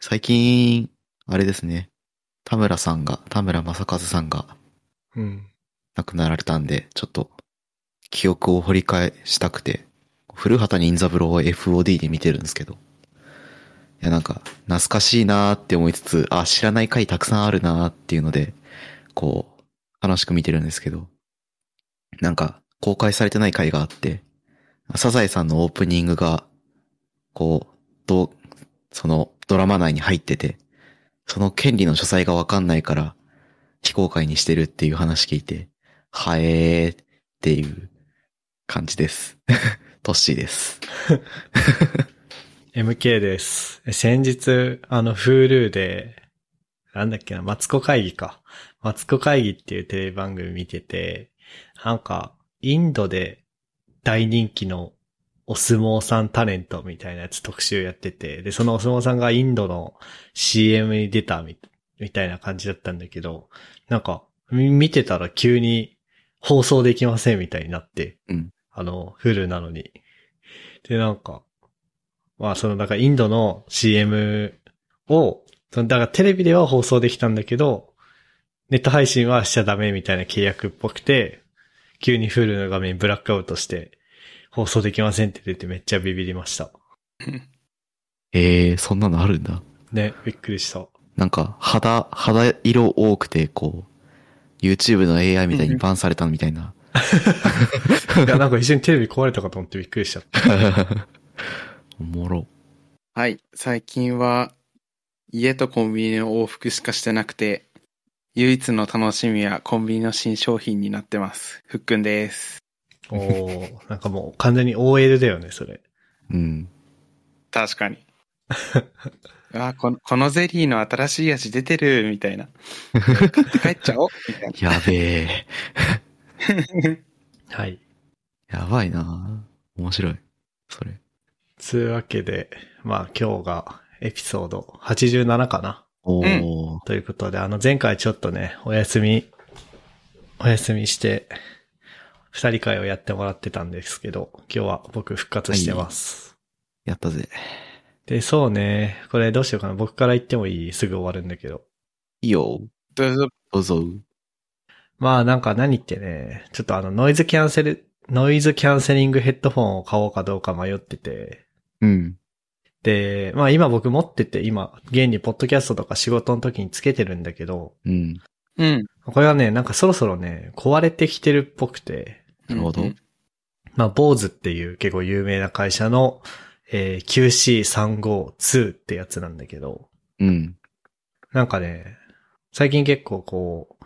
最近、あれですね。田村さんが、田村正和さんがうん。亡くなられたんで、ちょっと、記憶を掘り返したくて、古畑任三郎を FOD で見てるんですけど。いや、なんか、懐かしいなーって思いつつ、あ、知らない回たくさんあるなーっていうので、こう、楽しく見てるんですけど。なんか、公開されてない回があって、サザエさんのオープニングが、こう、どう、その、ドラマ内に入ってて、その権利の所在がわかんないから、非公開にしてるっていう話聞いて、はえーっていう感じです。 トッシーです。 MK です。先日、あの、Hulu で、なんだっけな、マツコ会議か。マツコ会議っていうテレビ番組見てて、なんか、インドで大人気のお相撲さんタレントみたいなやつ特集やってて、で、そのお相撲さんがインドの CM に出たみみたいな感じだったんだけど、なんか、み見てたら急に放送できませんみたいになって、うんあの、フルなのに。で、なんか、まあ、その、だからインドの CM を、その、だからテレビでは放送できたんだけど、ネット配信はしちゃダメみたいな契約っぽくて、急にフルの画面ブラックアウトして、放送できませんって出てめっちゃビビりました。えー、そんなのあるんだ。ね、びっくり した。なんか、肌、肌色多くて、こう、YouTube の AI みたいにバンされたみたいな。 いや、なんか一緒にテレビ壊れたかと思ってびっくりしちゃった。 おもろ。 はい。最近は、家とコンビニの往復しかしてなくて、唯一の楽しみはコンビニの新商品になってます。ふっくんです。おー、なんかもう完全に OL だよね、それ。うん。確かに。 あこの、このゼリーの新しい味出てる、みたいな。買って帰っちゃ おう、みたいやべえ。な。はい。やばいな面白い。それ。つうわけで、まあ今日がエピソード87かな。おー。ということで、あの前回ちょっとね、お休み、お休みして、二人会をやってもらってたんですけど、今日は僕復活してます。やったぜ。で、そうね、これどうしようかな。僕から言ってもいいすぐ終わるんだけど。いいよ。どうぞ。どうぞ。まあなんか何ってね、ちょっとあのノイズキャンセル、ノイズキャンセリングヘッドホンを買おうかどうか迷ってて、うん。で、まあ今僕持ってて、今、現にポッドキャストとか仕事の時につけてるんだけど、うん。うん。これはね、なんかそろそろね、壊れてきてるっぽくて、なるほどうんまあ、坊主っていう結構有名な会社の、えー、QC352 ってやつなんだけど、うん。なんかね、最近結構こう、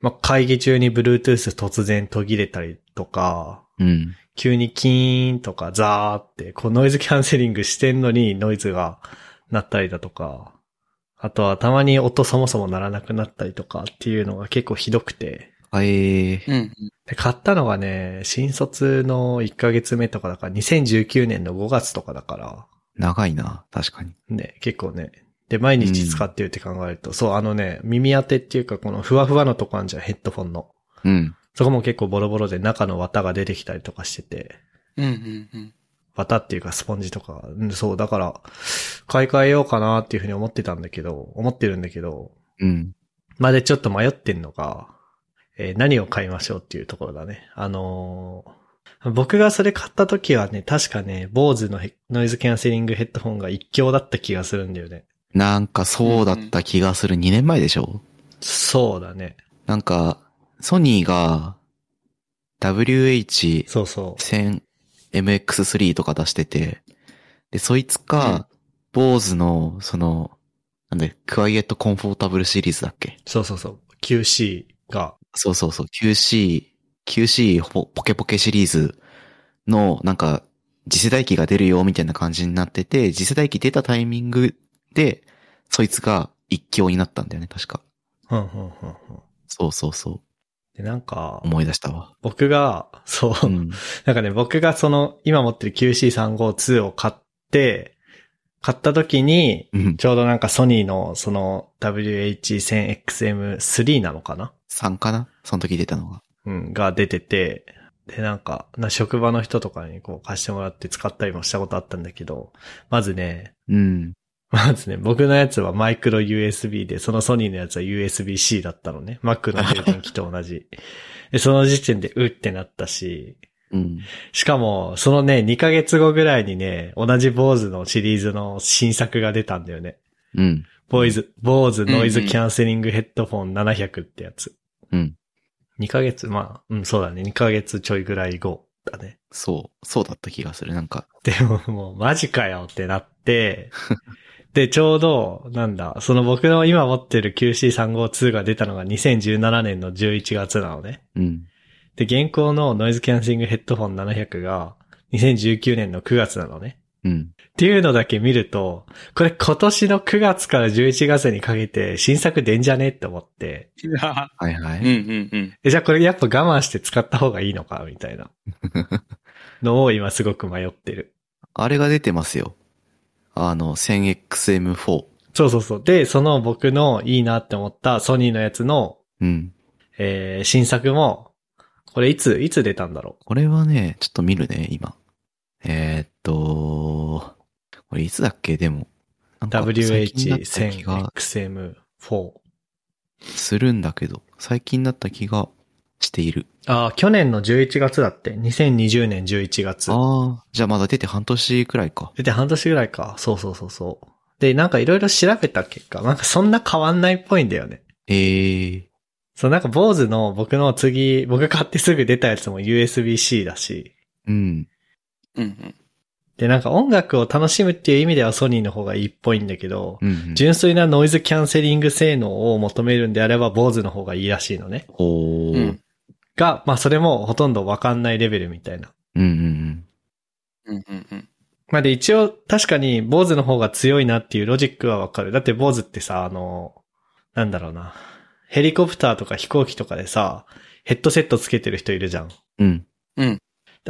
まあ、会議中に Bluetooth 突然途切れたりとか、うん。急にキーンとかザーって、こうノイズキャンセリングしてんのにノイズが鳴ったりだとか、あとはたまに音そもそも鳴らなくなったりとかっていうのが結構ひどくて、あえー。うん。で、買ったのがね、新卒の1ヶ月目とかだから、2019年の5月とかだから、長いな。確かに。ね、結構ね。で、毎日使ってるって考えると、そう、あのね、耳当てっていうか、このふわふわのとこあんじゃん、ヘッドフォンの。うん。そこも結構ボロボロで中の綿が出てきたりとかしてて、うん。うんうん。綿っていうかスポンジとか、うんそう、だから、買い替えようかなっていうふうに思ってたんだけど、思ってるんだけど、うん。までちょっと迷ってんのが、えー何を買いましょうっていうところだね。あのー僕がそれ買った時はね、確かね、坊主のヘノイズキャンセリングヘッドホンが一強だった気がするんだよね。なんかそうだった気がする。2年前でしょそうだね。なんか、ソニーが WH1000MX3 そうそう。とか出してて、で、そいつか、坊主の、その、なんで、クワイエットコンフォータブルシリーズだっけそうそうそう。QC が、そうそうそう、QC、QC ポポケポケシリーズの、なんか、次世代機が出るよ、みたいな感じになってて、次世代機出たタイミングで、そいつが一強になったんだよね、確か。うんうんうんうん。そうそうそう。で、なんか、思い出したわ。僕が、そう、うん。なんかね、僕がその、今持ってる QC352 を買って、買った時に、うん。ちょうどなんかソニーのその WH1000XM3 なのかな3かなその時出たのが。うん、が出てて、で、なんか、な職場の人とかにこう貸してもらって使ったりもしたことあったんだけど、まずね、 うん。まずね、僕のやつはマイクロ USB で、そのソニーのやつは USB-C だったのね。Mac の充電器と同じ。 で、その時点でうってなったし、うん。しかも、そのね、2ヶ月後ぐらいにね、同じ BOSE のシリーズの新作が出たんだよね。うん。ボイズ、BOSE ノイズうんうんキャンセリングヘッドフォン700ってやつ。うん。 2ヶ月、まあ、うん、そうだね。2ヶ月ちょいぐらい後だね。 そう、そうだった気がする。なんか、でも、もう、マジかよってな って、で、ちょうど、なんだ、その僕の今持ってる QC352 が出たのが2017年の11月なのね。うん。で、現行のノイズキャンセリングヘッドフォン700が2019年の9月なのね。うん。っていうのだけ見ると、これ今年の9月から11月にかけて新作出んじゃねって思って、はいはうんうい。んうん。え、じゃあこれやっぱ我慢して使った方がいいのかみたいなのを今すごく迷ってる。あれが出てますよ。あの、1000XM4。そうそうそう。で、その僕のいいなって思ったソニーのやつの、うん。えー、新作も、これいつ、いつ出たんだろこれはね、ちょっと見るね、今。えーっと、これいつだっけでも。なう。んか最近だった気が WH1000XM4。するんだけど、最近だった気がしている。ああ、去年の11月だって。2020年11月。ああ、じゃあまだ出て半年くらいか。出て半年ぐらいか。そうそうそうそう。で、なんかいろいろ調べた結果、なんかそんな変わんないっぽいんだよね。ええそう、なんか坊主の僕の次、僕買ってすぐ出たやつも USB-C だし。うん。うんうん。で、なんか音楽を楽しむっていう意味ではソニーの方がいいっぽいんだけど、うん、うん。純粋なノイズキャンセリング性能を求めるんであれば、坊主の方がいいらしいのね。おー。ううんんが、まあそれもほとんどわかんないレベルみたいな。うんうん。うんうんうん。まあで一応確かに坊主の方が強いなっていうロジックはわかる。だって坊主ってさ、あの、なんだろうな。ヘリコプターとか飛行機とかでさ、ヘッドセットつけてる人いるじゃん。うん。で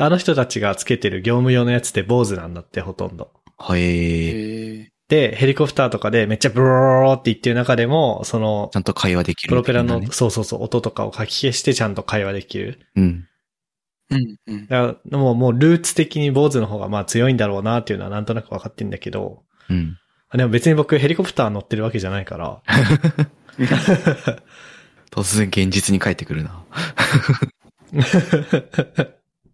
あの人たちがつけてる業務用のやつって坊主なんだってほとんど。はい、えへえ。で、ヘリコプターとかでめっちゃブロロロって言ってる中でも、そのちゃ、んと会話できる、プロペラの、ね。そうそうそう、音とかをかき消してちゃんと会話できる。うん。うんうん。だから、もう、もうルーツ的に坊主の方がまあ強いんだろうなっていうのはなんとなく分かってんだけど、うん。でも別に僕ヘリコプター乗ってるわけじゃないから、突然現実に帰ってくるな。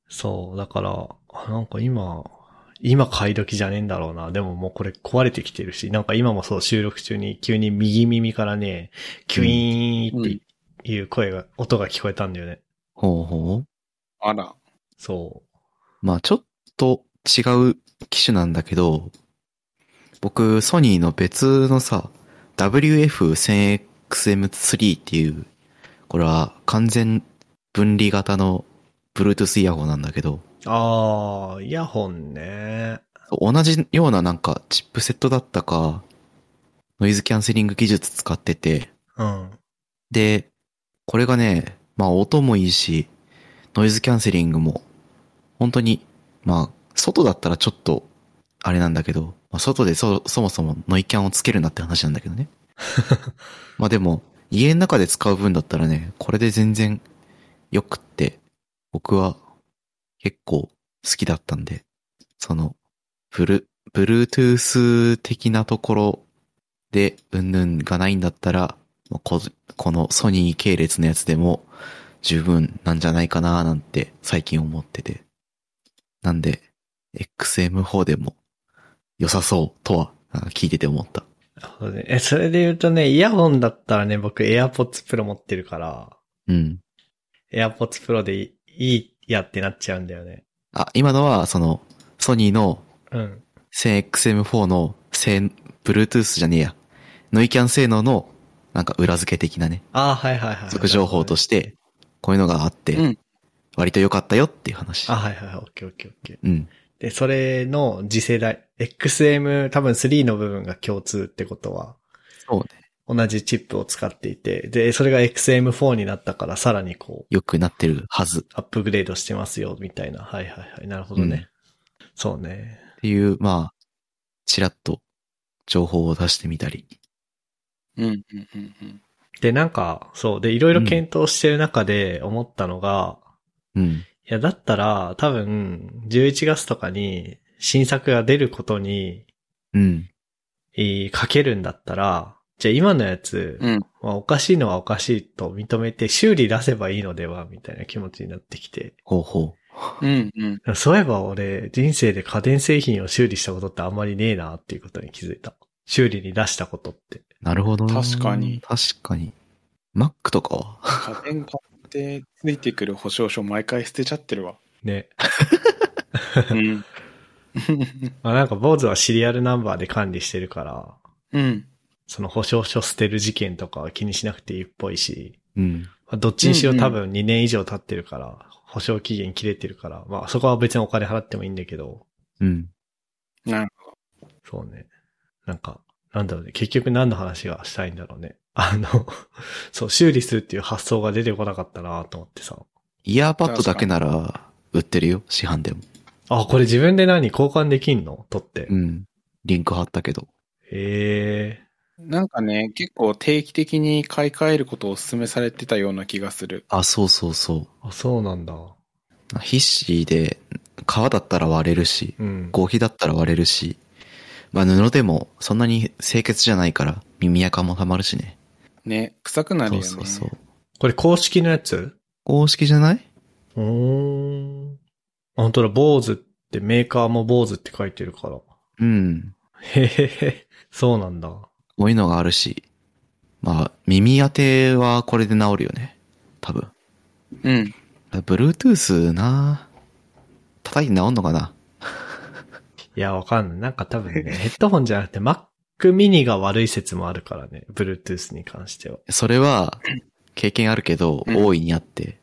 そう、だから、あなんか今、今買い時じゃねえんだろうな。でももうこれ壊れてきてるし、なんか今もそう収録中に急に右耳からね、キュイーンっていう声が、音が聞こえたんだよね。ほうほう。あら。そまあちょっと違う機種なんだけど、僕、ソニーの別のさ、WF1000XM3 っていう、これは完全分離型の Bluetooth イヤホンなんだけど、う。あー、イヤホンね。同じようななんかチップセットだったか、ノイズキャンセリング技術使ってて、うん。で、これがね、まあ音もいいし、ノイズキャンセリングも、本当に、まあ、外だったらちょっと、あれなんだけど、まあ、外でそ、そもそもノイキャンをつけるなって話なんだけどね。まあでも、家の中で使う分だったらね、これで全然良くって、僕は結構好きだったんで、その、ブル、ブルートゥース的なところで、うんぬんがないんだったら、まあここのソニー系列のやつでも十分なんじゃないかななんて最近思ってて。なんで、XM4 でも良さそうとはあ聞いてて思った。そうねえ、それで言うとね、イヤホンだったらね、僕 AirPods Pro 持ってるから、うん。 AirPods Pro でいいいいやってなっちゃうんだよね。あ、今のはそのソニーのうん。 1000XM4 の1000 Bluetooth じゃねえや。ノイキャン性能のなんか裏付け的なね、ああ、はいはいはい。属情報としてこういうのがあっうてん割と良かったよっていう話あ、。はいはいはい。オッケーオッケーオッケー。うん。で、それの次世代、XM 多分3の部分が共通ってことは、そうね。同じチップを使っていて、で、それが XM4 になったから、さらにこう、良くなってるはず。アップグレードしてますよ、みたいな。はいはいはい。なるほどね。そうね。っていう、まあ、ちらっと情報を出してみたり。うんうんうんうん。で、なんか、そう。で、いろいろ検討してる中で思ったのが、うん。いや、だったら、多分、11月とかに新作が出ることに、うん。えーかけるんだったら、じゃあ今のやつ、うん。まあおかしいのはおかしいと認めて修理出せばいいのでは、みたいな気持ちになってきて。ほうほうん。うん。そういえば俺、人生で家電製品を修理したことってあんまりねえなっていうことに気づいた。修理に出したことって。う。なるほどな。確かに確かに。Mac とかは家電買ってついてくる保証書毎回捨てちゃってるわ。ね。うん。まあなんか坊主はシリアルナンバーで管理してるから、 うん。その保証書捨てる事件とかは気にしなくていいっぽいし、うん。まあどっちにしろうんうん多分2年以上経ってるから、保証期限切れてるから、まあそこは別にお金払ってもいいんだけど、うん。なるそうね。なんか、なんだろうね。結局何の話がしたいんだろうね。 あの、そう、修理するっていう発想が出てこなかったなと思ってさ。イヤーパッドだけなら売ってるよ、市販でも。あ、これ自分で何交換できんの取って。うん。リンク貼ったけど。ええなんかね、結構定期的に買い替えることをお勧めされてたような気がする。あ、そうそうそあ、そうなんだ。う。必死で、革だったら割れるし、うん。合皮だったら割れるし、まあ布でもそんなに清潔じゃないから耳垢もたまるしね。ね、臭くなるよそうね。そうそう。これ公式のやつ公式じゃないうーん。あ本当だ、坊主ってメーカーも坊主って書いてるから。うん。へへへ。そうなんだ。こういうのがあるし、まあ耳当てはこれで治るよね。多分。うん。 Bluetooth な叩いて治んのかないや、わかんない。なんか多 分ね、ヘッドホンじゃなくて Mac mini が悪い説もあるからね。Bluetooth に関しては。それは経験あるけど、うん大いにあって。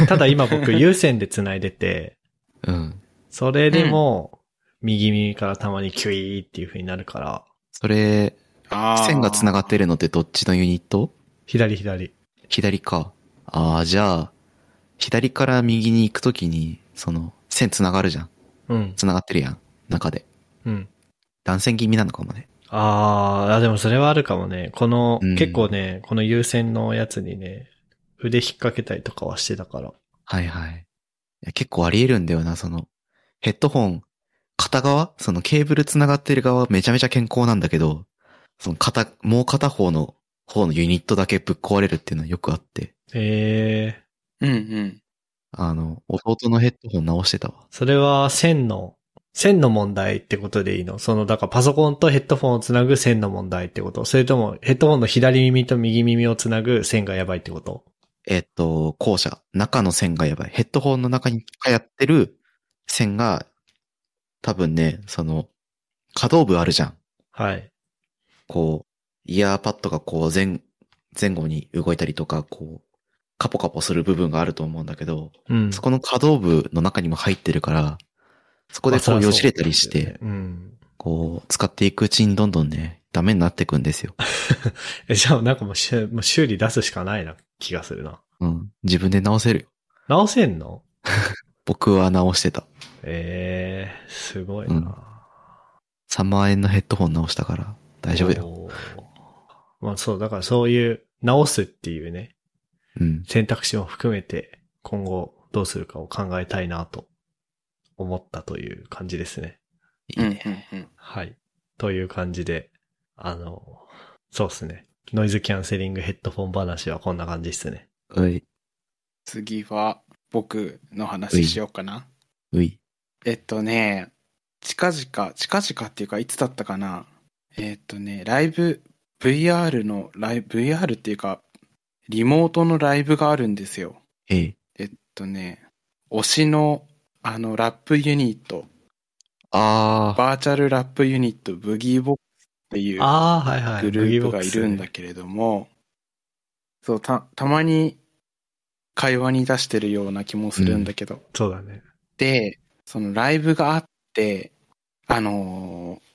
でただ今僕有線で繋いでて、うん。それでも、右耳からたまにキュイーっていう風になるから、それ、ああ。線が繋がっってるのってどっちのユニット左左。左か。ああ、じゃあ、左から右に行くときに、その、線繋がるじゃん。うん。繋がってるやん。中で。うん。断線気味なのかもね。あーあ、でもそれはあるかもね。この、うん結構ね、この優先のやつにね、腕引っ掛けたりとかはしてたから。はいはい。いや結構あり得るんだよな、その、ヘッドホン、片側そのケーブル繋がってる側めちゃめちゃ健康なんだけど、その片、もう片方の、方のユニットだけぶっ壊れるっていうのはよくあって、ええうんうん。あの、弟のヘッドホン直してたわ。それは線の、線の問題ってことでいいのその、だからパソコンとヘッドフォンをつなぐ線の問題ってことそれともヘッドフォンの左耳と右耳をつなぐ線がやばいってことえっと、後者、中の線がやばい。ヘッドホンの中に流行ってる線が、多分ね、その、可動部あるじゃん。はい。こう、イヤーパッドがこう前、前後に動いたりとか、こう、カポカポする部分があると思うんだけど、うん。そこの可動部の中にも入ってるから、そこでこうよじれたりしまあて、。そゃそうだよねうん。こう、使っていくうちにどんどんね、ダメになっていくんですよ。え、じゃあなんかもうしゅもう修理出すしかないな、気がするな。うん。自分で直せるよ。直せんの僕は直してた。ええすごいな。うん3万円のヘッドホン直したから、大丈夫だよ。おー。まあそう、だからそういう直すっていうね、うん。選択肢も含めて今後どうするかを考えたいなと思ったという感じですね。いうんいうんね。うん。はい。という感じで、あの、そうですね。ノイズキャンセリングヘッドフォン話はこんな感じですね。うい、次は僕の話しようかな。うい。えっとね、近々、近々っていうかいつだったかな。えっとね、ライブ、VR のライブ、VR っていうか、リモートのライブがあるんですよ。えい。えっとね、推しの、あの、ラップユニット、あー。バーチャルラップユニット、ブギーボックスっていうああ、はいはい。グループがいるんだけけれども、そう、た、たまに会話に出してるような気もするんだけど、ど。そうだね。で、そのライブがあって、あのー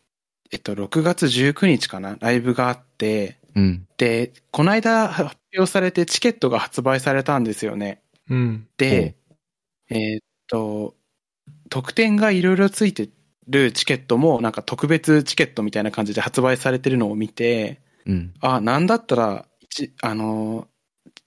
えっと、6月19日かな、ライブがあって、うん。で、この間発表されてチケットが発売されたんですよね。うん。で、えーっと、特典がいろいろついてるチケットも、なんか特別チケットみたいな感じで発売されてるのを見て、うん。あ、なんだったら、一あの、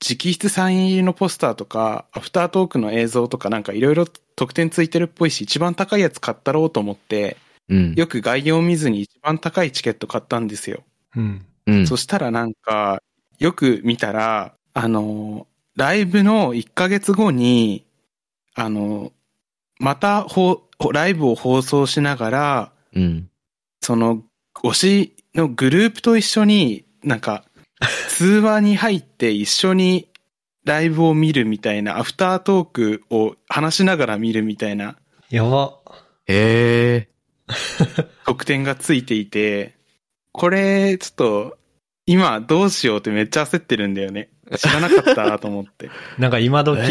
直筆サイン入りのポスターとか、アフタートークの映像とかなんかいろいろ特典ついてるっぽいし、一番高いやつ買ったろうと思って、うん。よく概要を見ずに一番高いチケット買ったんですよ。うん。うん。そしたらなんか、よく見たら、あの、ライブの1ヶ月後に、あの、またほうライブを放送しながら、うん。その、推しのグループと一緒に、な んか、通話に入って一緒にライブを見るみたいな、アフタートークを話しながら見るみたいなやば。へえ。特典がついていて、これ、ちょっと、今どうしようってめっちゃ焦ってるんだよね。知らなかったなと思って。なんか今時っ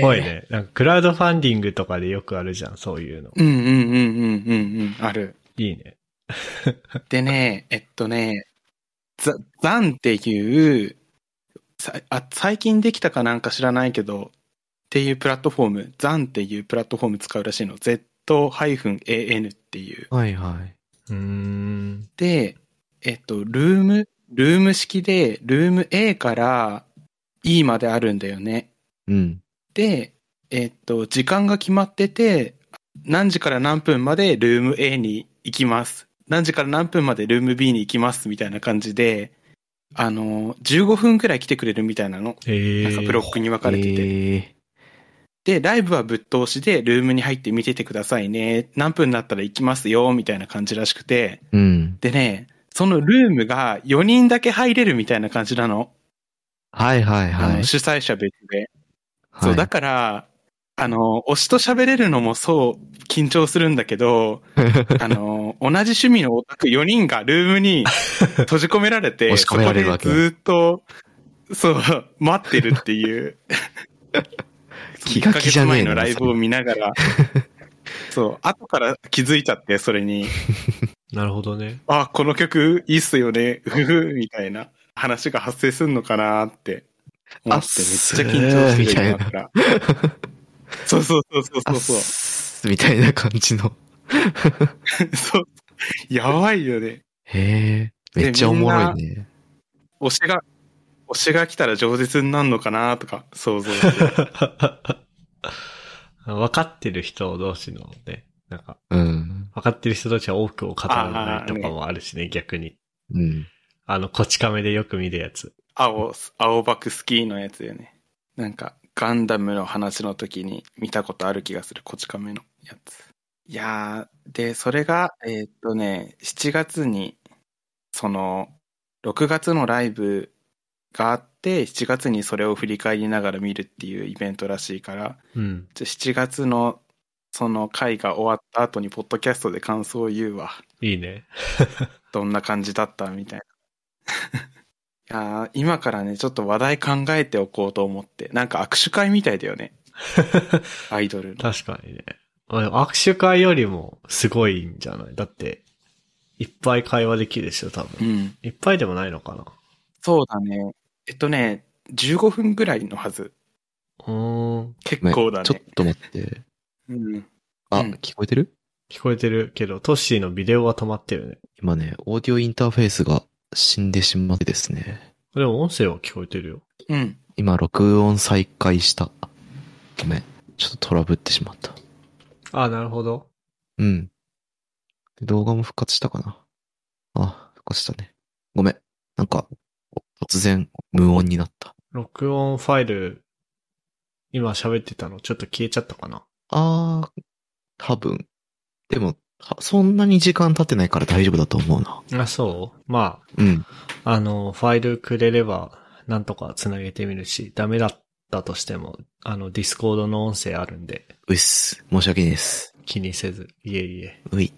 ぽいね。なんかクラウドファンディングとかでよくあるじゃん、そういうの。 うんうんうんうんうんうん、ある。いいね。でね、えっとね、ザ、ザンっていう、さあ最近できたかなんか知らないけど、っていうプラットフォーム、ザンっていうプラットフォーム使うらしいの。Z-AN っていう。はいはい。うーん。で、えっと、ルーム、ルーム式で、ルーム A から E まであるんだよね。うん。で、えっと、時間が決まってて、何時から何分までルーム A に行きます。何時から何分までルーム B に行きます。みたいな感じで、あの、15分くらい来てくれるみたいなの。ええなんかブロックに分かれてて。へえで、ライブはぶっ通しで、ルームに入って見ててくださいね。何分になったら行きますよ。みたいな感じらしくて。うん。でね、そのルームが4人だけ入れるみたいな感じなの。はいはいあはいの。主催者別で。はそう、いだから、あの、推しと喋れるのもそう、緊張するんだ けど、あの、同じ趣味のオタク4人がルー ムに閉じ込められて、押し込められるわけそこでずっと、そう、待ってるっ ていう。気が気じゃねえ1ヶ月前なのライブを見ながら、そう、後から気づいちゃって、それに、なるほどね。 あ、この曲いいっすよね、うふふ、みたいな話が発生するのかなって思って、めっちゃ緊張してるよ、今から。そうそうそうそうあそっうそう。すみたいな感じの。そう。やばいよね。へえ。めっちゃおもろいね。推しが、推しが来たら饒舌になるのかなとか想像して分かってる人同士のね、なんか、うん。分かってる人同士は多くを語らないとかもあるしね、逆に。うん。あの、こち亀でよく見るやつ。青、青バクスキーのやつよね。なんか、ガンダムの話の時に見たことある気がする、こち亀のやつ。いやー、で、それが、えーっとね、7月に、その、6月のライブがあって、7月にそれを振り返りながら見るっていうイベントらしいから、うん。じゃあ7月のその回が終わった後にポッドキャストで感想を言うわ。いいね。 どんな 感じだったみたいな。いやー今からね、ちょっと話題考えておこうと思って。なんか握手会みたいだよね。アイドルの。確かにね。あでも握手会よりもすごいんじゃないだって、いっぱい会話できるでしょ、多う分。ん。いっぱいでもないのかな。そうだね。えっとね、15分ぐらいのはず。うーん。結ね構だちょっね。と待って。うん。あ、うん聞こえてる聞こえてるけど、トッシーのビデオは止まってるね。今ね、オーディオインターフェースが死んでしまってですね。でも音声は聞こえてるよ。うん。今、録音再開した。ごめん。ちょっとトラブってしまった。あ、なるほど。うん。で動画も復活したかな。あ、復活したね。ごめん。なんか、突然、無音になった。録音ファイル、今喋ってたの、ちょっと消えちゃったかな。あー、多分。でも、はそんなに時間経ってないから大丈夫だと思うな。あ、そうまうん。あ、あの、ファイルくれれば、なんとか繋げてみるし、ダメだったとしても、あの、ディスコードの音声あるんで、うっす。申し訳ないです。気にせず、いえいえ。うい。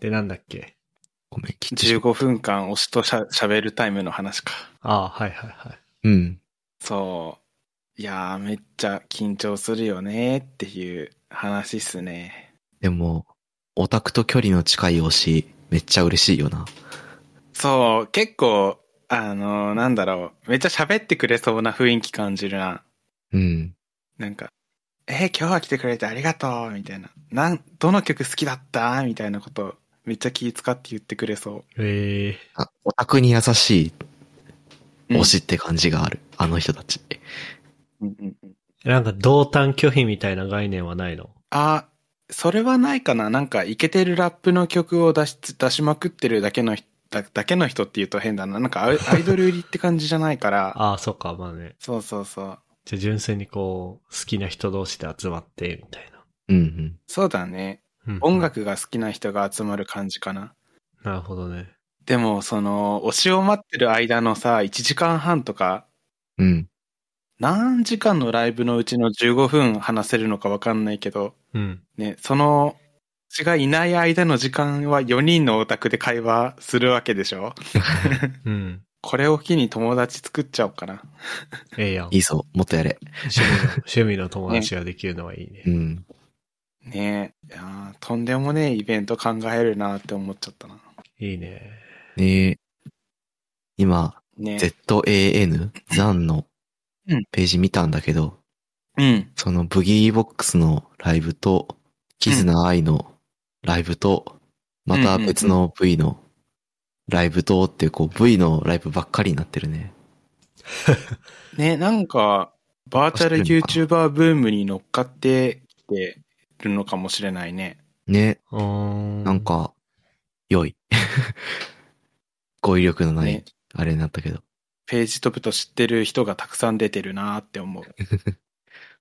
で、なんだっけごめん、切ってしま15分間推しとしゃ喋るタイムの話か。あはいはいはい。うん。そう。いやー、めっちゃ緊張するよねっていう話っすね。でも、オタクと距離の近い推し、めっちゃ嬉しいよな。そう、結構、あの、なんだろう、めっちゃ喋ってくれそうな雰囲気感じるな。うん。なんか、えー今日は来てくれてありがとう、みたいな。なん、どの曲好きだったみたいなこと、めっちゃ気使って言ってくれそ。ええあオタクに優しいう推しって感じがある。あの人たち。うんうんうんなんか、同担拒否みたいな概念はないのあ、それはないかななんか、イケてるラップの曲を出し、出しまくってるだけの人、だだけの人って言うと変だな。なんかアイ、アイドル売りって感じじゃないから、ああ、そっか、まあね。そうそうそう。じゃあ純粋にこう、好きな人同士で集まって、みたいうんうん。そうだね。な。うん音。楽が好きな人が集まる感じかな。なるほどね。でも、その、推しを待ってる間のさ、1時間半とか、うん。何時間のライブのうちの15分話せるのかわかんないけど、うん。ね、その、私がいない間の時間は4人のオタクで会話するわけでしょうん。これを機に友達作っちゃおうかな。ええやん。いいぞ、もっとやれ。趣味の、 趣味の友達ができるのはいいねう。ん。ねえ、いやーとんでもねえイベント考えるなって思っちゃったな。いいね。ねえ。今、ねえ。 ZAN、ザンのうんページ見たんだけど、うん。そのブギーボックスのライブと、キズナアイのライブと、また別の V のライブとっていう、こう V のライブばっかりになってるね。ねなんか、バーチャル YouTuber ブームに乗っかってきてるのかもしれないね。ね、うーん。なん。か、良い。 語彙力のない、ねあれになったけど。ページ飛ぶと知ってる人がたくさん出てるなって思う。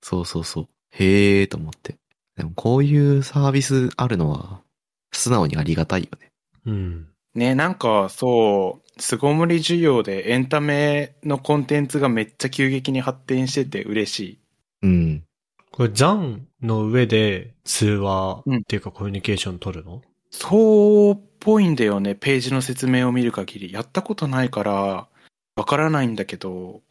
そうそうそう。へえーと思って。でもこういうサービスあるのは、素直にありがたいよね。うん。ねなんかそう、巣ごもり需要でエンタメのコンテンツがめっちゃ急激に発展してて嬉しい。うん。これ、ザンの上で通話っていうかコミュニケーション取るの、そうっぽいんだよね。ページの説明を見る限り。やったことないから、わからないんだけど、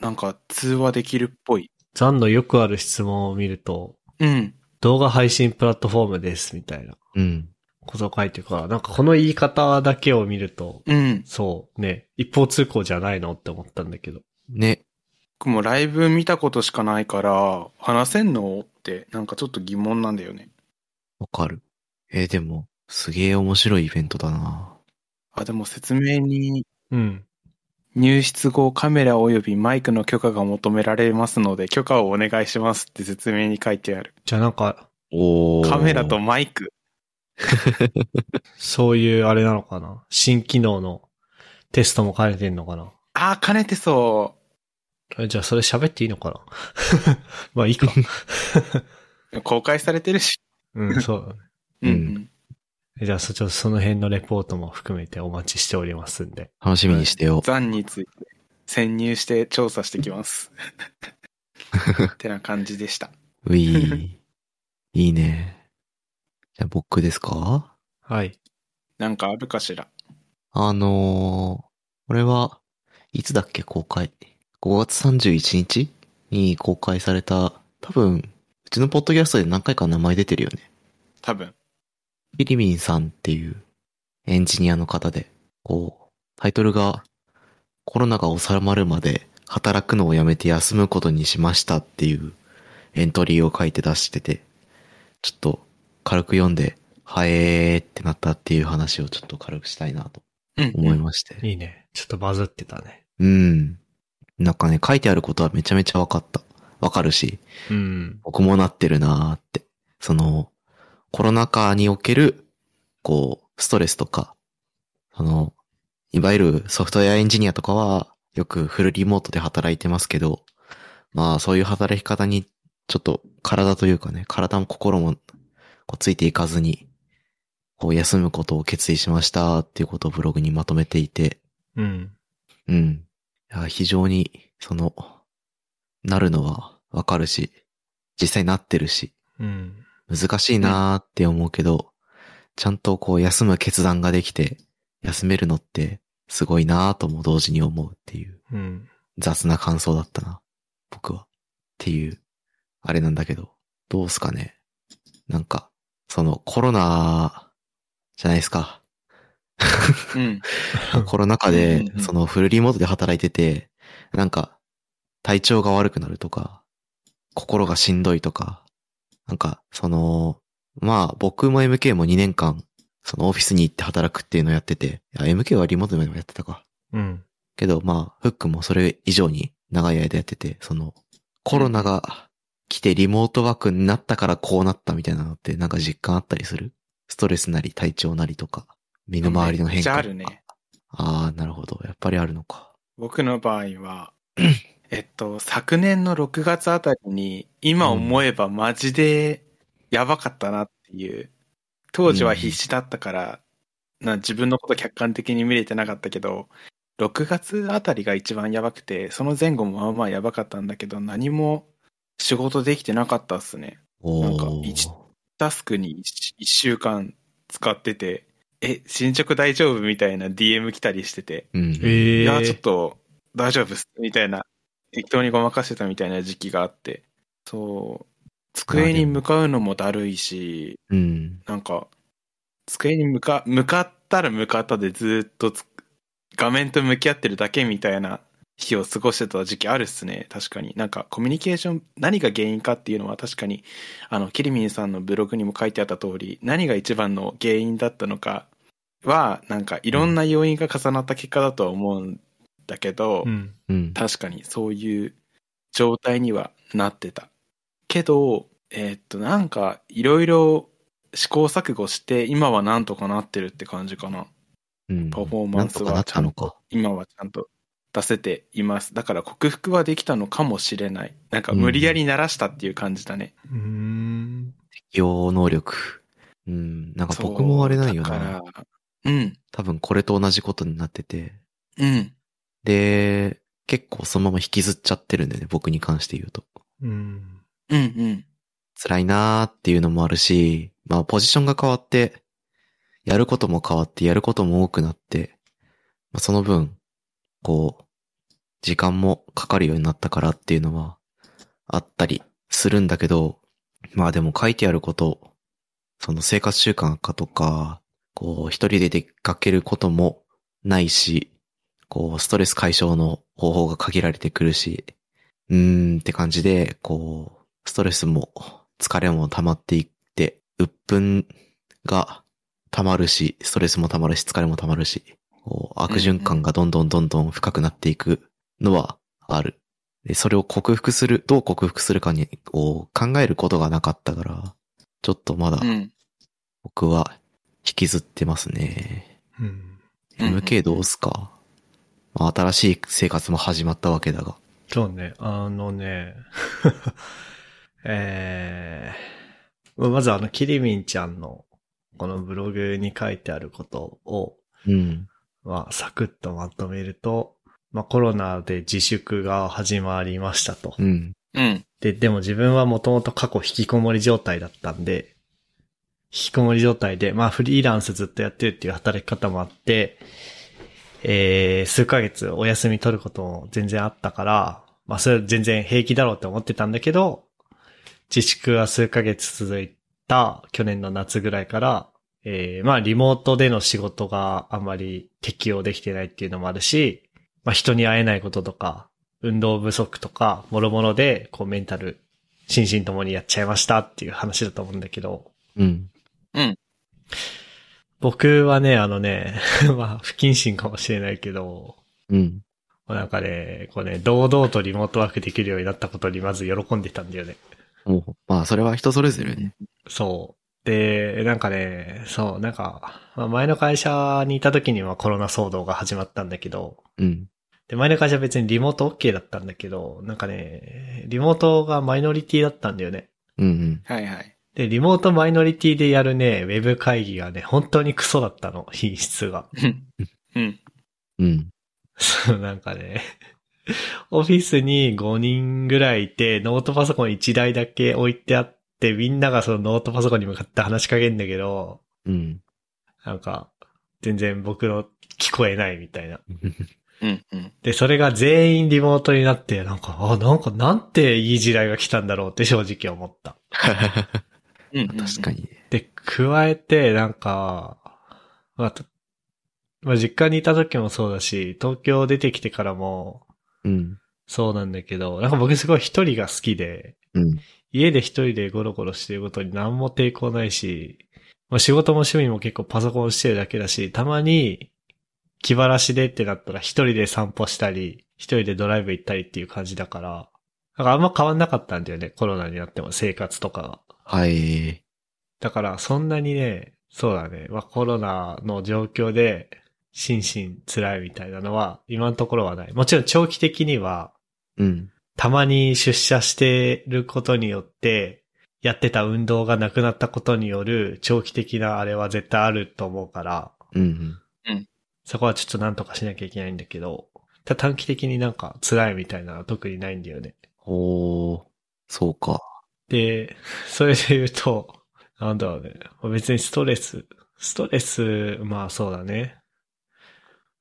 なんか通話できるっぽい。ザンのよくある質問を見ると、うん。動画配信プラットフォームです、みたいなうん。ことを書いてるから、なんかこの言い方だけを見ると、うん。そうね、一方通行じゃないのって思ったんだけど。ね。僕もライブ見たことしかないから、話せんのって、なんかちょっと疑問なんだよね。わかる。えーでも、すげえ面白いイベントだなあ、でも説明に、うん。入室後カメラ及びマイクの許可が求められますので、許可をお願いしますって説明に書いてある。じゃあなんか、おカメラとマイク。そういうあれなのかな新機能のテストも兼ねてんのかなあー、兼ねてそう。えじゃあそれ喋っていいのかな まあいいか。公開されてるし。うん、そうだね。うんうん。じゃあそ、ちょっとその辺のレポートも含めてお待ちしておりますんで。楽しみに してよ。残について潜入して調査して きます。ってな感じでした。うィ ー。いいね。じゃあ僕ですかはい。なんかあるかしら。あのー、これは、いつだっけ公開 ?5 月31日に公開された、多分、うちのポッドキャストで何回か名前出てるよね。多分。フィリミンさんっていうエンジニアの方で、こう、タイトルがコロナが収まるまで働くのをやめて休むことにしましたっていうエントリーを書いて出してて、ちょっと軽く読んで、はえーってなったっていう話をちょっと軽くしたいなとうん思いまして。いいね。ちょっとバズってたね。うん。なんかね、書いてあることはめちゃめちゃ分かった。分かるし、うん。僕もなってるなーって。その、コロナ禍における、こう、ストレスとか、その、いわゆるソフトウェアエンジニアとかは、よくフルリモートで働いてますけど、まあ、そういう働き方に、ちょっと体というかね、体も心も、こう、ついていかずに、こう、休むことを決意しましたっていうことをブログにまとめていて、うん。うん。いや非常に、その、なるのはわかるし、実際なってるし、うん。難しいなーって思うけど、ちゃんとこう休む決断ができて、休めるのってすごいなーとも同時に思うっていううん。雑な感想だったな、僕は。っていう、あれなんだけど、どうすかね。なんか、そのコロナじゃないですか。うん。コロナ禍でうんうんう、んそのフルリモートで働いてて、なんか、体調が悪くなるとか、心がしんどいとか、なんか、その、まあ、僕も MK も2年間、そのオフィスに行って働くっていうのをやってて、いや MK はリモートでもやってたか。うん。けど、まあ、フックもそれ以上に長い間やってて、その、コロナが来てリモートワークになったからこうなったみたいなのってなんか実感あったりするストレスなり体調なりとか、身の回りの変化とめっちゃあかるね。ああ、なるほど。やっぱりあるのか。僕の場合は、 えっと、昨年の6月あたりに、今思えばマジでやばかったなっていう、当時は必死だったから、な自分のこと客観的に見れてなかったけど、6月あたりが一番やばくて、その前後もまあまあやばかったんだけど、何も仕事できてなかったっすね。おなんかー一タスクに 1, 週間使ってて、え、進捗大丈夫みたいな DM 来たりしてて、うん。えいや、ちょっと大丈夫っす、みたいな、適当にごまかしてたみたいな時期があって、そう、机に向かうのもだるいし、うん。なんか、机に向か、向かったら向かったでずーっとつ画面と向き合ってるだけみたいな日を過ごしてた時期あるっすね。確かに。なんかコミュニケーション、何が原因かっていうのは確かに、あの、キリミンさんのブログにも書いてあった通り、何が一番の原因だったのかは、なんかいろんな要因が重なった結果だとは思うんだけど、うん。うん。確かにそういう状態にはなってた。けど、えーっと、なんかいろいろ試行錯誤して今はなんとかなってるって感じかな。うんパフォーマンスはちゃんと今はちゃんと出せています。だから克服はできたのかもしれない。なんか無理やり慣らしたっていう感じだね。うーん。適応能力。うん。なんかそう僕もあれなんよだな。から、うん、多分これと同じことになってて。うん。で、結構そのまま引きずっちゃってるんだよね、僕に関して言うと。うん。うんうん。辛いなーっていうのもあるし、まあポジションが変わって、やることも変わって、やることも多くなって、まあ、その分、こう、時間もかかるようになったからっていうのはあったりするんだけど、まあでも書いてあること、その生活習慣化とか、こう一人で出かけることもないし、こうストレス解消の方法が限られてくるし、うーんって感じで、こう、ストレスも疲れも溜まっていって、鬱憤が溜まるし、ストレスも溜まるし、疲れも溜まるし、こう悪循環がどんどんどんどん深くなっていくのはある。で、それを克服する、どう克服するかに、を考えることがなかったから、ちょっとまだうん。僕は引きずってますね。うん。うん MK どうすか、まあ、新しい生活も始まったわけだが。そうね、あのね、 えー、まずあの、キリミンちゃんの、このブログに書いてあることを、うん。まあ、サクッとまとめると、まあ、コロナで自粛が始まりましたと。うん。うん。で、でも自分はもともと過去引きこもり状態だったんで、引きこもり状態で、まあフリーランスずっとやってるっていう働き方もあって、えー、数ヶ月お休み取ることも全然あったから、まあそれは全然平気だろうって思ってたんだけど、自粛は数ヶ月続いた去年の夏ぐらいから、えー、まあリモートでの仕事があまり適応できてないっていうのもあるし、まあ人に会えないこととか、運動不足とか、もろもろで、こうメンタル、心身ともにやっちゃいましたっていう話だと思うんだけど、うん。僕はね、あのね、 まあ、不謹慎かもしれないけど、うん。なんかね、こうね、堂々とリモートワークできるようになったことにまず喜んでたんだよね。もう、まあ、それは人それぞれね。そう。で、なんかね、そう、なんか、まあ、前の会社にいた時にはコロナ騒動が始まったんだけど、うん。で、前の会社は別にリモート OK だったんだけど、なんかね、リモートがマイノリティだったんだよね。うんうん。はいはい。で、リモートマイノリティでやるね、ウェブ会議がね、本当にクソだったの、品質が。 うんうん。うん。そう、なんかね、オフィスに5人ぐらいいて、ノートパソコン1台だけ置いてあって、みんながそのノートパソコンに向かって話しかけんだけど、うん。なんか、全然僕の聞こえないみたいな。うんうん。で、それが全員リモートになって、なんか、あ、なんか、なんていい時代が来たんだろうって正直思った。うん。確かに。にね。で、加えて、なんか、まあ、とまあ、実家にいた時もそうだし、東京出てきてからもうん。そうなんだけど、なんか僕すごい一人が好きで、うん。家で一人でゴロゴロしてることに何も抵抗ないし、まあ、仕事も趣味も結構パソコンしてるだけだし、たまに気晴らしでってなったら一人で散歩したり、一人でドライブ行ったりっていう感じだから、だからあんま変わんなかったんだよね、コロナになっても生活とかが。はい。だからそんなにね、そうだね、まあ、コロナの状況で心身辛いみたいなのは今のところはない。もちろん長期的にはうん。たまに出社してることによって、やってた運動がなくなったことによる長期的なあれは絶対あると思うから、うんうん。そこはちょっとなんとかしなきゃいけないんだけど、た短期的になんか辛いみたいなのは特にないんだよね。おー、そうか。で、それで言うと、なんだろうね。別にストレス、ストレス、まあそうだね。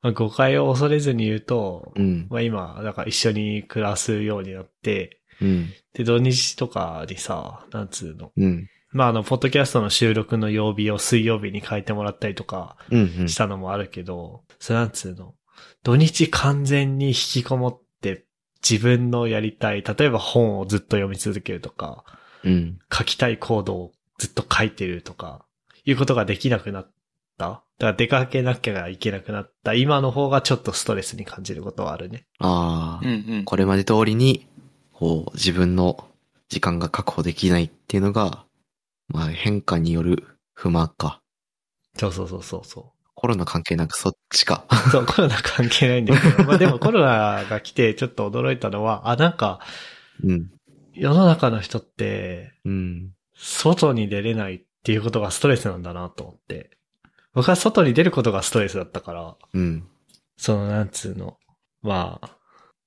まあ、誤解を恐れずに言うと、うん。まあ今、だから一緒に暮らすようになって、うん。で、土日とかにさ、なんつうの。うん。まああの、ポッドキャストの収録の曜日を水曜日に変えてもらったりとか、うんうん。したのもあるけど、それなんつうの、土日完全に引きこもって自分のやりたい、例えば本をずっと読み続けるとか、うん。書きたいコードをずっと書いてるとか、いうことができなくなった。だから出かけなきゃいけなくなった。今の方がちょっとストレスに感じることはあるね。あうんー、うん。これまで通りに、こう、自分の時間が確保できないっていうのが、まあ変化による不満か。そうそうそうそうそう。コロナ関係なくそっちか。 そう、コロナ関係ないんだけ ど。まあでもコロナが来てちょっと驚いたのは、あ、なんかうん。世の中の人ってうん。外に出れないっていうことがストレスなんだなと思って。僕は外に出ることがストレスだったから、うん。そのなんつうの、まあ、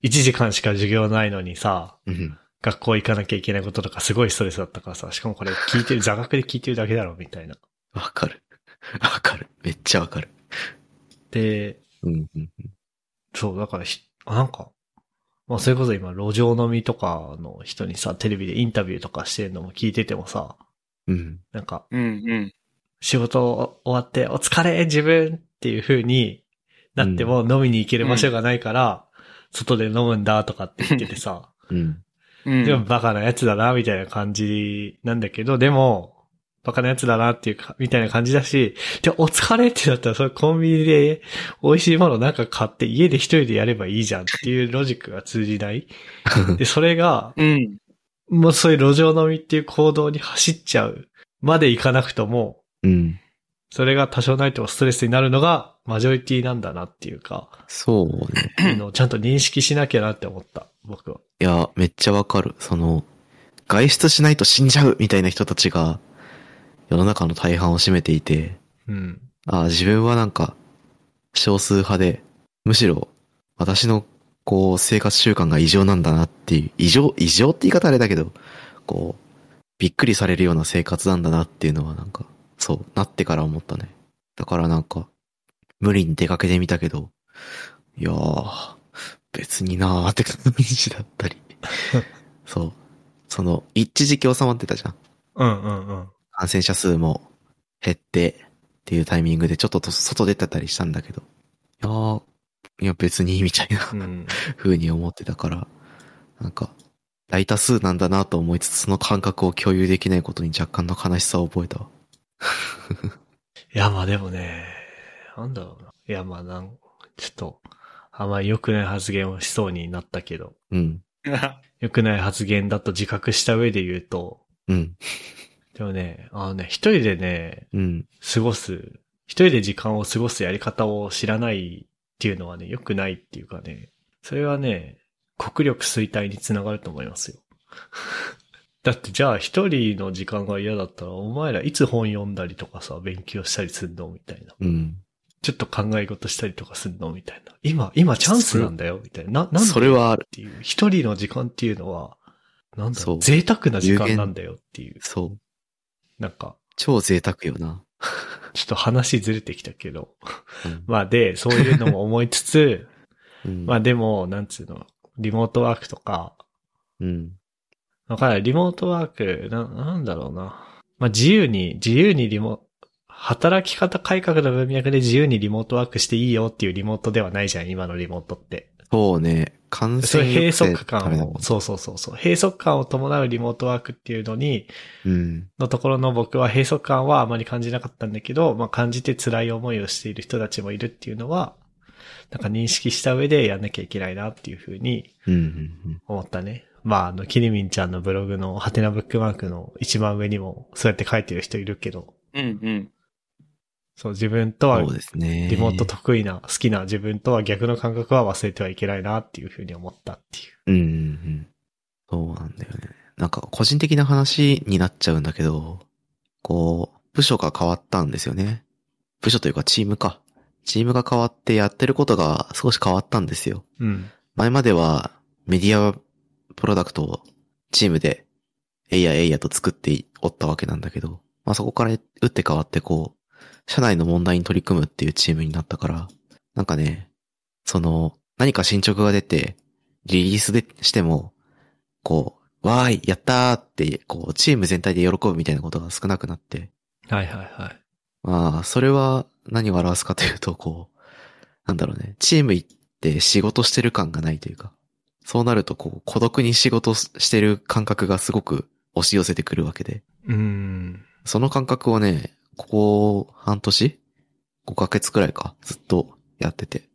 1時間しか授業ないのにさ、うん。学校行かなきゃいけないこととかすごいストレスだったからさ、しかもこれ聞いてる、座学で聞いてるだけだろ、みたいな。わかる。 わかる。めっちゃわかる。で、うん。うんそう、だからひ、あなんか、まあそれこそ今路上飲みとかの人にさ、テレビでインタビューとかしてるのも聞いててもさ、うん。なんか、うんうん。仕事終わって、お疲れ自分っていう風になっても飲みに行ける場所がないから、外で飲むんだとかって言っててさ、うん。 うん。でもバカなやつだな、みたいな感じなんだけど、でも、バカなやつだなっていうか、みたいな感じだし、で、お疲れってなったら、それコンビニで美味しいものなんか買って家で一人でやればいいじゃんっていうロジックが通じない。で、それが、うん。もうそういう路上飲みっていう行動に走っちゃうまでいかなくとも、うん。それが多少ないともストレスになるのがマジョリティなんだなっていうか、そうね。いうのをちゃんと認識しなきゃなって思った、僕は。いや、めっちゃわかる。その、外出しないと死んじゃうみたいな人たちが、世の中の大半を占めていて、うん。あ自分はなんか、少数派で、むしろ、私の、こう、生活習慣が異常なんだなっていう、異常、異常って言い方あれだけど、こう、びっくりされるような生活なんだなっていうのはなんか、そう、なってから思ったね。だからなんか、無理に出かけてみたけど、いやー、別になーって感じだったり。そう。その、一時期収まってたじゃん。うんうんうん。感染者数も減ってっていうタイミングでちょっとと外出てたりしたんだけど、いやー、いや別にみたいなうん。風に思ってたから、なんか、大多数なんだなと思いつつ、その感覚を共有できないことに若干の悲しさを覚えたわ。いや、まあでもね、なんだろうな。いや、まあなん、ちょっと、あんまり良くない発言をしそうになったけど、うん。良くない発言だと自覚した上で言うと、うん。でもね、あのね、一人でね、うん。過ごす、一人で時間を過ごすやり方を知らないっていうのはね、良くないっていうかね、それはね、国力衰退につながると思いますよ。 だってじゃあ一人の時間が嫌だったら、お前らいつ本読んだりとかさ、勉強したりすんのみたいな。うん。ちょっと考え事したりとかすんのみたいな。今、今チャンスなんだよみたいな。な、なんでそれはあるっ。ていう。一人の時間っていうのは、なんだろそうう、贅沢な時間なんだよっていう。そう。なんか、超贅沢よな。ちょっと話ずれてきたけど。うん まあで、そういうのも思いつつ、うん。まあでも、なんつうの、リモートワークとか、うん。だからリモートワーク、な、なんだろうな。まあ自由に、自由にリモ、働き方改革の文脈で自由にリモートワークしていいよっていうリモートではないじゃん、今のリモートって。そうね。感そう染いう閉抑制の塞ため感だもんを、そうそうそうそう、閉塞感を伴うリモートワークっていうのに、うん。のところの僕は閉塞感はあまり感じなかったんだけど、まあ感じて辛い思いをしている人たちもいるっていうのは、なんか認識した上でやんなきゃいけないなっていうふうにうん。うん。思ったね。まあ、あの、キリミンちゃんのブログのハテナブックマークの一番上にも、そうやって書いてる人いるけど、うんうん。そう、自分とはそうですね。リモート得意な、好きな自分とは逆の感覚は忘れてはいけないなっていうふうに思ったっていうう。んうんうん。そうなんだよね。なんか、個人的な話になっちゃうんだけど、こう、部署が変わったんですよね。部署というかチームか。チームが変わってやってることが少し変わったんですよ。うん。前まではメディアプロダクトをチームでえいやえいやと作っておったわけなんだけど、まあそこから打って変わってこう、社内の問題に取り組むっていうチームになったから、なんかね、その何か進捗が出てリリースでしても、こう、わーい、やったーって、こう、チーム全体で喜ぶみたいなことが少なくなって、はいはいはい。まあ、それは何を表すかというと、こう、なんだろうね、チーム行って仕事してる感がないというか、そうなると、こう、孤独に仕事してる感覚がすごく押し寄せてくるわけで、うーん。その感覚をね、ここ半年 ?5 ヶ月くらいか、ずっとやってて。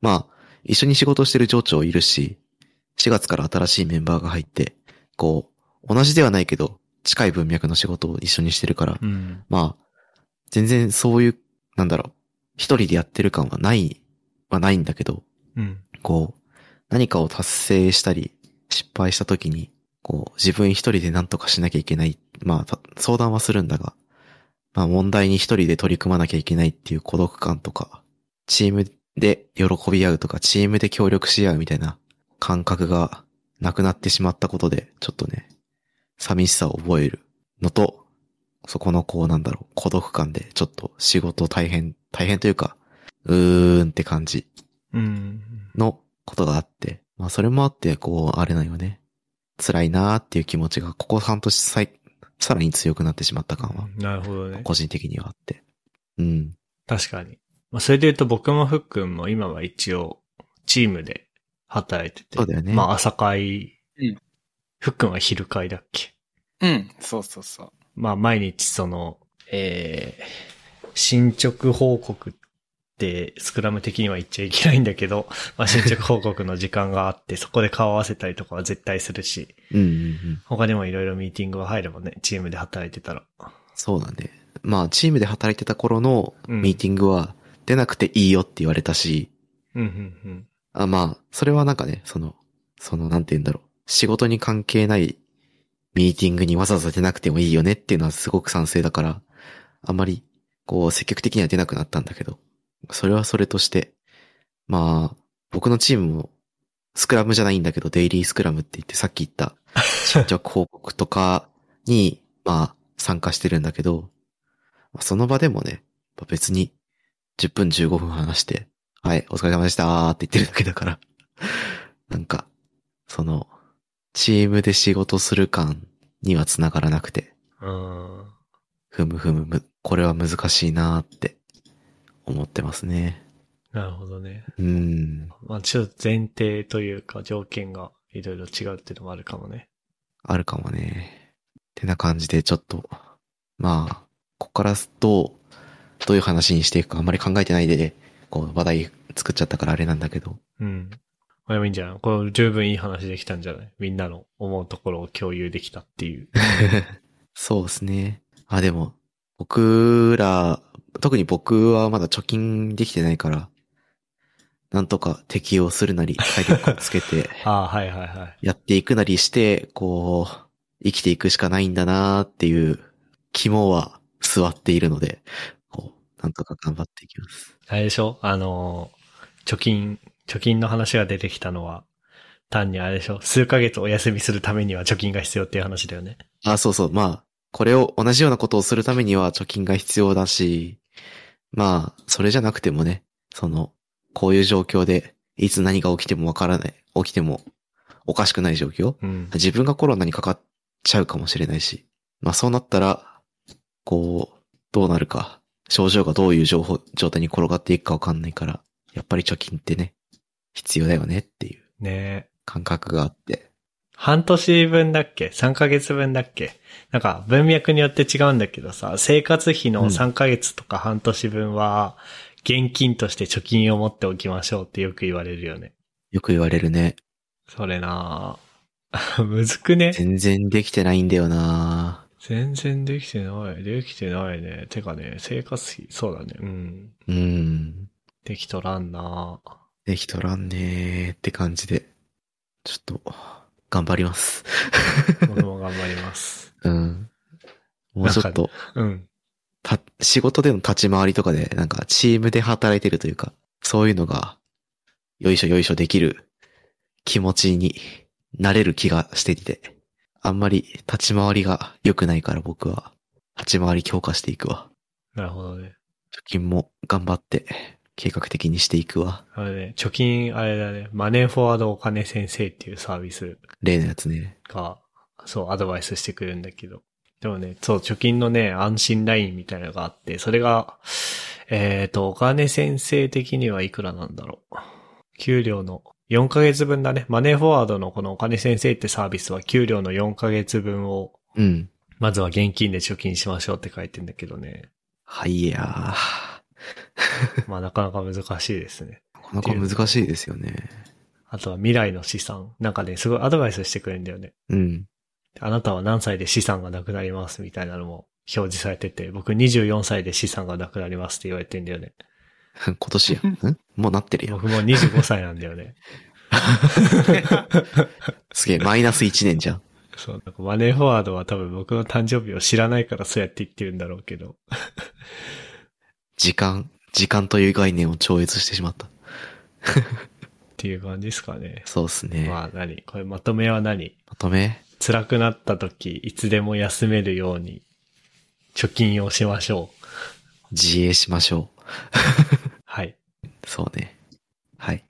まあ、一緒に仕事してる上長いるし、4月から新しいメンバーが入って、こう、同じではないけど、近い文脈の仕事を一緒にしてるからう、ん。まあ、全然そういう、なんだろう、一人でやってる感はない、はないんだけど、うん。こう、何かを達成したり、失敗した時に、こう、自分一人で何とかしなきゃいけない。まあ、た相談はするんだが、まあ問題に一人で取り組まなきゃいけないっていう孤独感とか、チームで喜び合うとか、チームで協力し合うみたいな感覚がなくなってしまったことで、ちょっとね、寂しさを覚えるのと、そこのこうなんだろう、孤独感でちょっと仕事大変、大変というか、うーんって感じうん。のことがあって、まあそれもあって、こう、あれなんよね。辛いなーっていう気持ちが、ここ半年さいさらに強くなってしまった感は、なるほどね。個人的にはあって。うん。確かに。まあ、それで言うと僕もふっくんも今は一応、チームで働いてて。そうだよねまあ、朝会。うんふっくんは昼会だっけうん、そうそうそう。まあ、毎日その、えー、進捗報告って、スクラム的には言っちゃいけないんだけど、 まあ、進捗報告の時間があって、そこで顔合わせたりとかは絶対するし、うんうんうん。他にもいろいろミーティングは入るもんね、チームで働いてたら。そうだね。まあチームで働いてた頃のうんミーティングは出なくていいよって言われたし、うん、うん、あまあ、それはなんかね、その、その、なんて言うんだろう。仕事に関係ないミーティングにわざわざ出なくてもいいよねっていうのはすごく賛成だから、あんまり、こう、積極的には出なくなったんだけど、それはそれとして、まあ、僕のチームも、スクラムじゃないんだけど、デイリースクラムって言ってさっき言った、進捗報告とかに、まあ、参加してるんだけど、まあその場でもね、まあ別に、10分15分話して、はい、お疲れ様でしたーって言ってるだけだから。なんか、その、チームで仕事する感には繋がらなくて、うん。うん。ふむふむむ、これは難しいなーって思ってますね。なるほどね。うーん、まあ、ちょっと前提というか条件がいろいろ違うっていうのもあるかもね。あるかもね。てな感じで、ちょっと、まあ、ここからどう、どういう話にしていくかあんまり考えてないで、こう、話題作っちゃったからあれなんだけど、うん。まあ、でもいいんじゃないこれ十分いい話できたんじゃないみんなの思うところを共有できたっていう。そうですね。あ、でも、僕ら、特に僕はまだ貯金できてないから、なんとか適応するなり、体力をつけて、ああ、はいはいはい。やっていくなりして、こう、生きていくしかないんだなーっていう肝は座っているので、こう、なんとか頑張っていきます。あれでしょあのー、貯金、貯金の話が出てきたのは、単にあれでしょ数ヶ月お休みするためには貯金が必要っていう話だよね。あ、そうそう。まあ、これを、同じようなことをするためには貯金が必要だし、まあ、それじゃなくてもね、その、こういう状況で、いつ何が起きてもわからない、起きてもおかしくない状況うん。自分がコロナにかかっちゃうかもしれないし、まあそうなったら、こう、どうなるか、症状がどういう情報、状態に転がっていくかわかんないから、やっぱり貯金ってね、必要だよねっていうねえ。感覚があって。半年分だっけ ?3 ヶ月分だっけなんか文脈によって違うんだけどさ、生活費のうん3ヶ月とか半年分は、現金として貯金を持っておきましょうってよく言われるよね。よく言われるね。それなぁ むずくね全然できてないんだよな全然できてない。できてないね。てかね、生活費、そうだね。うん。うん。できとらん なできとらんねーって感じで。ちょっと、頑張ります。僕も頑張ります。うん。もうちょっと、うん。た、仕事での立ち回りとかで、なんかチームで働いてるというか、そういうのが、よいしょよいしょできる気持ちになれる気がしてきて、あんまり立ち回りが良くないから僕は、立ち回り強化していくわ。なるほどね。貯金も頑張って、計画的にしていくわ。あれね、貯金、あれだね、マネーフォワードお金先生っていうサービス例のやつね。が、そう、アドバイスしてくれるんだけど。でもね、そう、貯金のね、安心ラインみたいなのがあって、それが、えっ、と、お金先生的にはいくらなんだろう。給料の4ヶ月分だね。マネーフォワードのこのお金先生ってサービスは給料の4ヶ月分を、うん。まずは現金で貯金しましょうって書いてんだけどね。はいやー。まあなかなか難しいですね。なかなか難しいですよね。あとは未来の資産。なんかね、すごいアドバイスしてくれるんだよね。うん。 あなたは何歳で資産がなくなりますみたいなのも表示されてて、僕24歳で資産がなくなりますって言われてんだよね。今年や。んもうなってるよ。僕も25歳なんだよね。すげえ、マイナス1年じゃん。 そう、なんかマネーフォワードは多分僕の誕生日を知らないからそうやって言ってるんだろうけど。時間、時間という概念を超越してしまった。っていう感じですかね。そうですね。まあ何これまとめは何まとめ辛くなった時、いつでも休めるように貯金をしましょう。自衛しましょはい。う。そうね。はい。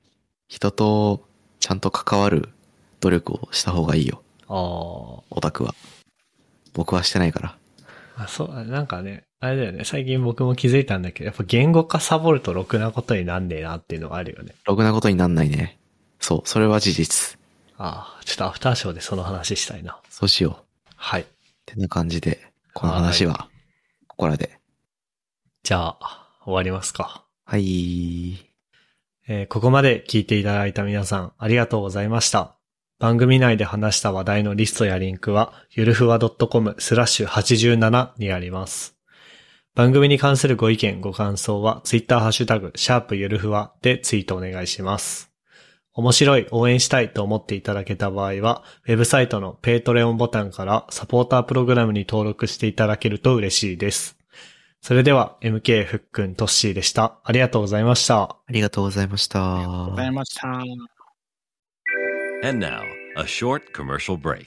人とちゃんと関わる努力をした方がいいよ。ああ。オタクは。僕はしてないから。あ、そう、なんかね、あれだよね、最近僕も気づいたんだけど、やっぱ言語化サボるとろくなことになんねえなっていうのがあるよね。ろくなことになんないね。そう、それは事実。ああ、ちょっとアフターショーでその話したいな。そうしよう。はい。てな感じで、この話は、ここらで。じゃあ、終わりますか。はい。えーここまで聞いていただいた皆さん、ありがとうございました。番組内で話した話題のリストやリンクは、ゆるふわ .com スラッシュ87にあります。番組に関するご意見、ご感想は、ツイッターハッシュタグ、シャープゆるふわでツイートお願いします。面白い、応援したいと思っていただけた場合は、ウェブサイトのペイトレオンボタンからサポータープログラムに登録していただけると嬉しいです。それでは、MK ふっくん、トッシーでした。ありがとうございました。ありがとうございました。ありがとうございました。 And now, a short commercial break.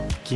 気